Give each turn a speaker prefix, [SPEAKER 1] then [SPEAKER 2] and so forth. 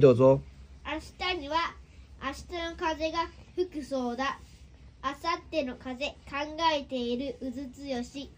[SPEAKER 1] どうぞ。
[SPEAKER 2] 明日には明日の風が吹くそうだ。明後日の風考えているうずつよし。